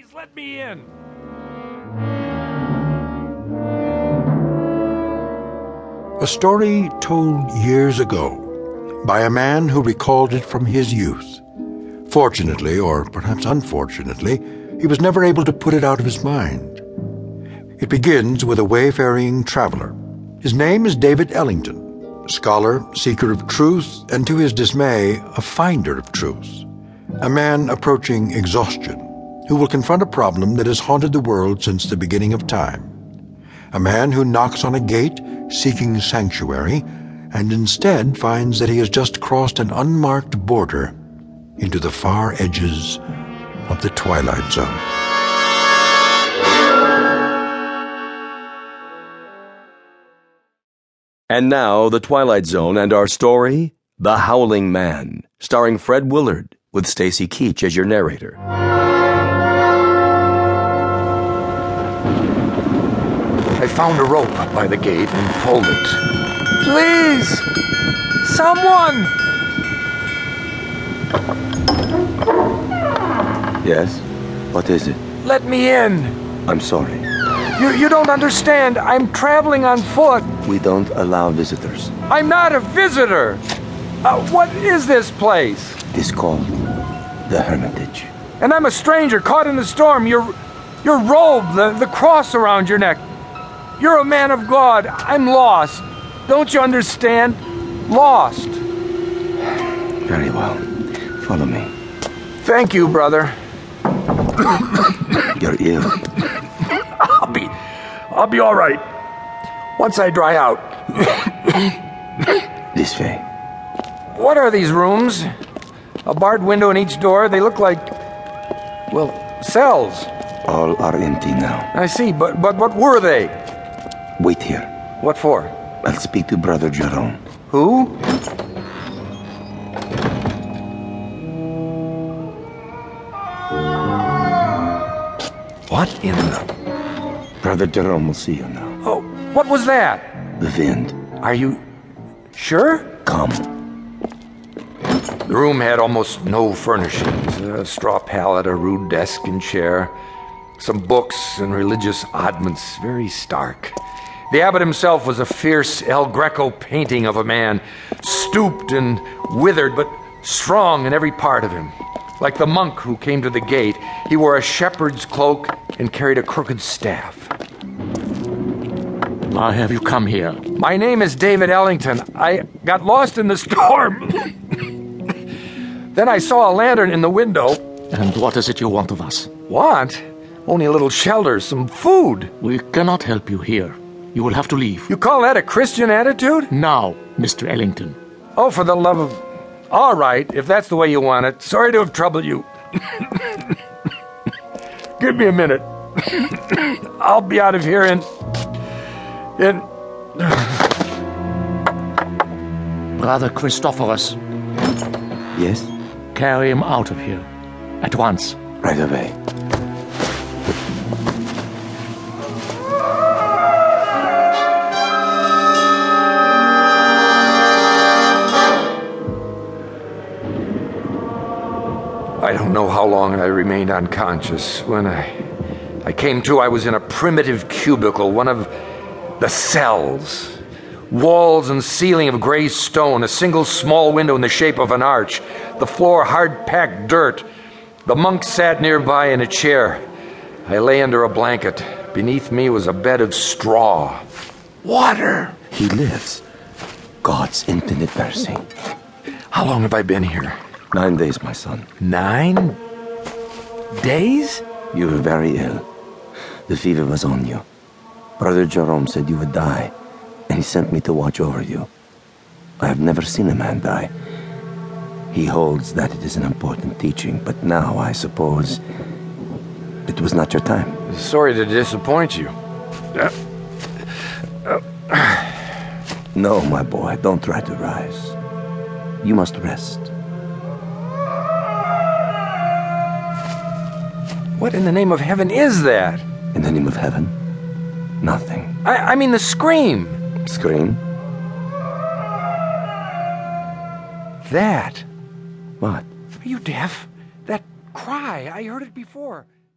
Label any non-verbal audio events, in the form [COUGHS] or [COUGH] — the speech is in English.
Just let me in. A story told years ago by a man who recalled it from his youth. Fortunately, or perhaps unfortunately, he was never able to put it out of his mind. It begins with a wayfaring traveler. His name is David Ellington, scholar, seeker of truth, and to his dismay, a finder of truth. A man approaching exhaustion, who will confront a problem that has haunted the world since the beginning of time. A man who knocks on a gate seeking sanctuary and instead finds that he has just crossed an unmarked border into the far edges of the Twilight Zone. And now, The Twilight Zone and our story, The Howling Man, starring Fred Willard with Stacy Keach as your narrator. I found a rope by the gate and pulled it. Please! Someone! Yes? What is it? Let me in! I'm sorry. You, you don't understand. I'm traveling on foot. We don't allow visitors. I'm not a visitor. Uh, what is this place? It is called the Hermitage. And I'm a stranger caught in the storm. Your, your robe, the, the cross around your neck. You're a man of God. I'm lost. Don't you understand? Lost. Very well. Follow me. Thank you, brother. You're ill. I'll be, I'll be all right. Once I dry out. This way. What are these rooms? A barred window in each door. They look like, well, cells. All are empty now. I see, but but what were they? Wait here. What for? I'll speak to Brother Jerome. Who? What in the? Brother Jerome will see you now. Oh, what was that? The wind. Are you sure? Come. The room had almost no furnishings a straw pallet, a rude desk and chair, some books and religious oddments, very stark. The abbot himself was a fierce El Greco painting of a man, stooped and withered, but strong in every part of him. Like the monk who came to the gate, he wore a shepherd's cloak and carried a crooked staff. Why have you come here? My name is David Ellington. I got lost in the storm. [LAUGHS] then I saw a lantern in the window. And what is it you want of us? Want? Only a little shelter, some food. We cannot help you here. You will have to leave. You call that a Christian attitude? Now, Mr. Ellington. Oh, for the love of. All right, if that's the way you want it. Sorry to have troubled you. [LAUGHS] Give me a minute. [COUGHS] I'll be out of here in. in. Brother Christophorus, Yes? carry him out of here. At once. Right away. I don't know how long I remained unconscious. When I. I came to, I was in a primitive cubicle, one of the cells. Walls and ceiling of gray stone, a single small window in the shape of an arch, the floor hard packed dirt. The monk sat nearby in a chair. I lay under a blanket. Beneath me was a bed of straw. Water! He lives. God's infinite mercy. How long have I been here? Nine days, my son. Nine days? You were very ill. The fever was on you. Brother Jerome said you would die, and he sent me to watch over you. I have never seen a man die. He holds that it is an important teaching, but now I suppose it was not your time. Sorry to disappoint you. No, my boy, don't try to rise. You must rest. What in the name of heaven is that? In the name of heaven, nothing. I, I mean, the scream. Scream? That. What? Are you deaf? That cry. I heard it before.